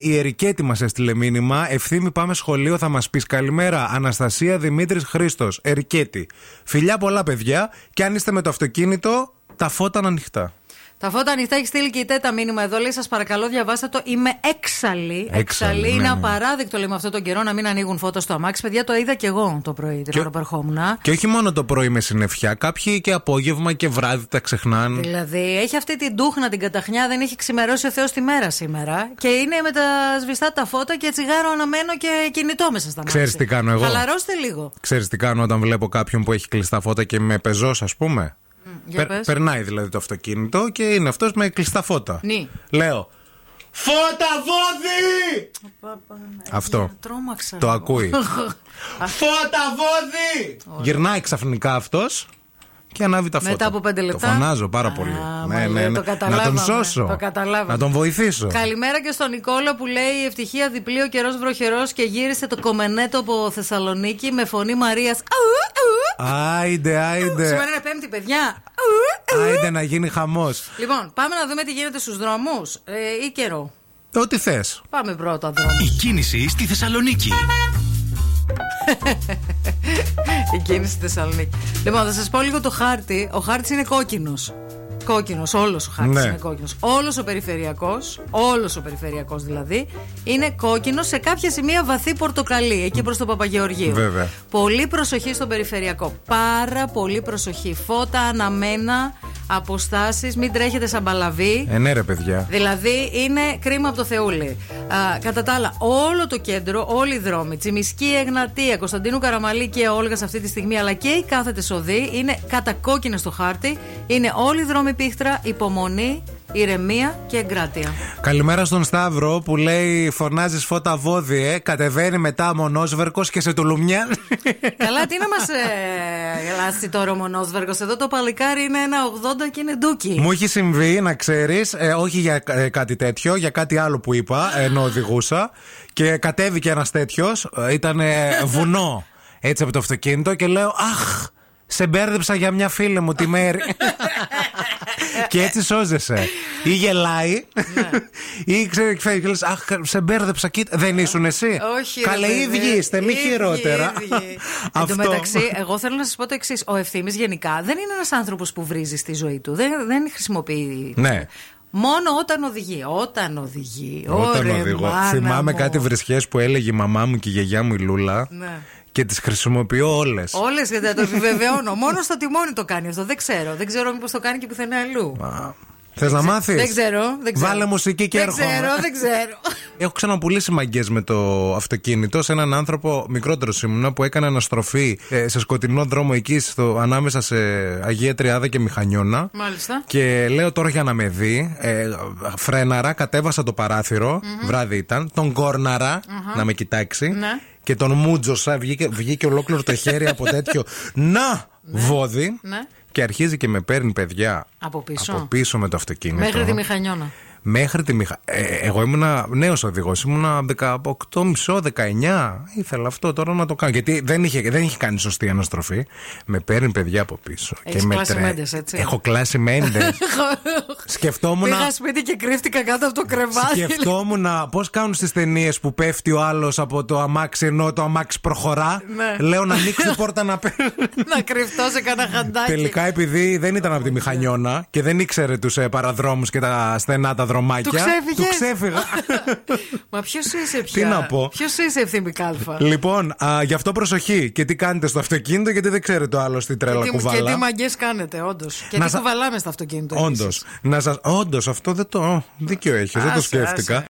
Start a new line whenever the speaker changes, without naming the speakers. Η Ερικέτη μας έστειλε μήνυμα. Ευθύμη, πάμε σχολείο, θα μας πεις καλημέρα. Αναστασία Δημήτρης Χρήστος. Ερικέτη. Φιλιά πολλά, παιδιά. Και αν είστε με το αυτοκίνητο, τα φώτα είναι ανοιχτά.
Τα φώτα ανοιχτά έχεις στείλει και η τέτα μήνυμα εδώ. Λέει: Σας παρακαλώ, διαβάστε το. Είμαι έξαλλη.
Έξαλλη, ναι,
είναι
ναι.
απαράδεκτο λέει, με αυτόν τον καιρό να μην ανοίγουν φώτα στο αμάξι. Παιδιά, το είδα και εγώ το πρωί την
Και-
ώρα που ερχόμουν.
Και όχι μόνο το πρωί με συννεφιά, κάποιοι και απόγευμα και βράδυ τα ξεχνάνε.
Δηλαδή, έχει αυτή την τούχνα, την καταχνιά, δεν έχει ξημερώσει ο Θεός τη μέρα σήμερα. Και είναι με τα σβηστά τα φώτα και τσιγάρο αναμένο και κινητό μέσα στα μάτια.
Ξέρεις τι κάνω εγώ?
Χαλαρώστε λίγο.
Ξέρεις τι κάνω όταν βλέπω κάποιον που έχει κλειστά φώτα και με πεζός, ας πούμε.
για πες.
περνάει δηλαδή το αυτοκίνητο και είναι αυτός με κλειστά φώτα.
Ναι.
Λέω. Φώτα βόδι! Αυτό.
Τρώμαξα.
Το ακούει. Φώτα βόδι! Γυρνάει ξαφνικά αυτός και ανάβει τα φώτα.
Μετά από πέντε λεπτά.
Το φωνάζω πάρα
Α,
πολύ.
μα
ναι,
λέει,
ναι,
το
ναι. να τον
καταλάβαμε,
σώσω.
το καταλάβαμε.
να τον βοηθήσω.
Καλημέρα και στον Νικόλα που λέει Ευτυχία διπλή ο καιρός βροχερός και γύρισε το κομμενέτο από Θεσσαλονίκη με φωνή Μαρίας.
Άιντε, άιντε.
Σήμερα είναι Πέμπτη, παιδιά.
Άιντε να γίνει χαμός.
Λοιπόν, πάμε να δούμε τι γίνεται στους δρόμους ή καιρό.
Ό,τι θες.
Πάμε πρώτα δρόμο.
Η κίνηση στη Θεσσαλονίκη.
Η κίνηση στη Θεσσαλονίκη. Λοιπόν, θα σας πω λίγο το χάρτη. Ο χάρτης είναι κόκκινος. Κόκκινος, όλος ο χάρτης
Ναι.
είναι κόκκινος. Όλος ο περιφερειακός, όλος ο περιφερειακός δηλαδή, είναι κόκκινος σε κάποια σημεία βαθύ πορτοκαλί, εκεί προς το Παπαγεωργείο.
Βέβαια.
Πολύ προσοχή στον περιφερειακό. Πάρα πολύ προσοχή. Φώτα αναμένα, αποστάσεις, μην τρέχετε σαν παλαβή.
Ε, ναι, ρε παιδιά.
Δηλαδή είναι κρίμα από το Θεούλη. Α, κατά τα άλλα, όλο το κέντρο, όλοι οι δρόμοι, Τσιμισκή, Εγνατία, Κωνσταντίνου Καραμαλή και Όλγας σε αυτή τη στιγμή, αλλά και οι κάθετε οδοί είναι κατακόκκινε στο χάρτη. Είναι όλοι οι δρόμοι πίχτρα, υπομονή, ηρεμία και εγκράτεια.
Καλημέρα στον Σταύρο που λέει: Φωνάζεις φώτα βόδι, ε. Κατεβαίνει μετά μονόσβερκος και σε τουλουμιά.
Καλά, τι να μας ε, γελάσει τώρα ο Μονόσβεργο. Εδώ το παλικάρι είναι ένα 80 και είναι ντούκι.
Μου έχει συμβεί, να ξέρεις, όχι για ε, κάτι τέτοιο, για κάτι άλλο που είπα, ενώ οδηγούσα. Και κατέβηκε ένας τέτοιος, ήταν ε, βουνό έτσι από το αυτοκίνητο και λέω Αχ, σε μπέρδεψα για μια φίλη μου τη μέρη. και έτσι σώζεσαι. Ή γελάει,
Ναι.
ή ξέρει, φεύγει και λες, Αχ, σε μπέρδεψα, κοίτα. Δεν ήσουν εσύ.
Όχι,
Καλέ,
ρε,
ίδιοι
παιδί.
είστε, μη
Ίδιοι,
χειρότερα.
ίδιοι. Εν
Αυτό.
τω μεταξύ, εγώ θέλω να σας πω το εξής. Ο ευθύνη γενικά δεν είναι ένας άνθρωπος που βρίζει στη ζωή του. Δεν, δεν χρησιμοποιεί.
Ναι.
Μόνο όταν οδηγεί. Όταν οδηγεί.
Όταν
Ωρε,
οδηγώ.
μάνα
Θυμάμαι
μου.
κάτι βρισιέ που έλεγε η μαμά μου και η γιαγιά μου η Λούλα.
Ναι.
Και τις χρησιμοποιώ όλες.
Όλες γιατί θα το επιβεβαιώνω. Μόνος στο τιμόνι το κάνει αυτό. Δεν ξέρω. Δεν ξέρω μήπως το κάνει και πουθενά αλλού.
Θες να μάθεις.
Δεν ξέρω. Δεν ξέρω.
Βάλε μουσική και
Δεν
έρχομαι.
ξέρω, δεν ξέρω.
Έχω ξαναπουλήσει μαγκές με το αυτοκίνητο σε έναν άνθρωπο μικρότερο ήμουνα που έκανε αναστροφή ε, σε σκοτεινό δρόμο εκεί στο, ανάμεσα σε Αγία Τριάδα και Μηχανιώνα.
Μάλιστα.
Και λέω τώρα για να με δει. Ε, φρέναρα, κατέβασα το παραθυρο βράδυ ήταν. Τον κορναρα να με κοιτάξει.
Ναι.
Και τον μούτζωσα, βγήκε, βγήκε ολόκληρο το χέρι από τέτοιο. Να! Βόδι.
Ναι.
Και αρχίζει και με παίρνει παιδιά.
Από πίσω.
Από πίσω με το αυτοκίνητο.
Μέχρι τη μηχανιώνα.
Μέχρι τη μηχα... ε, εγώ ήμουνα νέος οδηγός. Ήμουνα 18,5-19. Ήθελα αυτό τώρα να το κάνω. Γιατί δεν είχε, δεν είχε κάνει σωστή αναστροφή. Με παίρνει παιδιά από πίσω.
Έχεις
με
κλάσει μέντες, έτσι.
Έχω κλάσει μέντες Σκεφτόμουν.
Πήγα σπίτι και κρύφτηκα κάτω από το κρεβάτι.
Σκεφτόμουν πώς κάνουν στις ταινίες που πέφτει ο άλλος από το αμάξι ενώ το αμάξι προχωρά.
Ναι.
Λέω να ανοίξει την πόρτα να παίρνει.
να κρυφτώ σε κανένα χαντάκι.
Τελικά επειδή δεν ήταν από τη μηχανιώνα και δεν ήξερε τους παραδρόμους και τα στενά τα δρομάκια.
Του ξέφυγες.
ξέφυγα.
Μα ποιος είσαι πια.
να πω.
Ποιος είσαι ευθύνη κάλφα.
λοιπόν, α, γι' αυτό προσοχή και τι κάνετε στο αυτοκίνητο γιατί δεν ξέρετε το άλλος τι τρέλα
Και τι- Και τι
κουβαλά.
μαγκές κάνετε, όντως. Και
Να
τι
σα-
κουβαλάμε στα αυτοκίνητα. εμείς.
Όντω, να σας. Όντως, αυτό δεν το. Δίκιο έχεις, δεν
Άσε,
το σκέφτηκα.
άσε.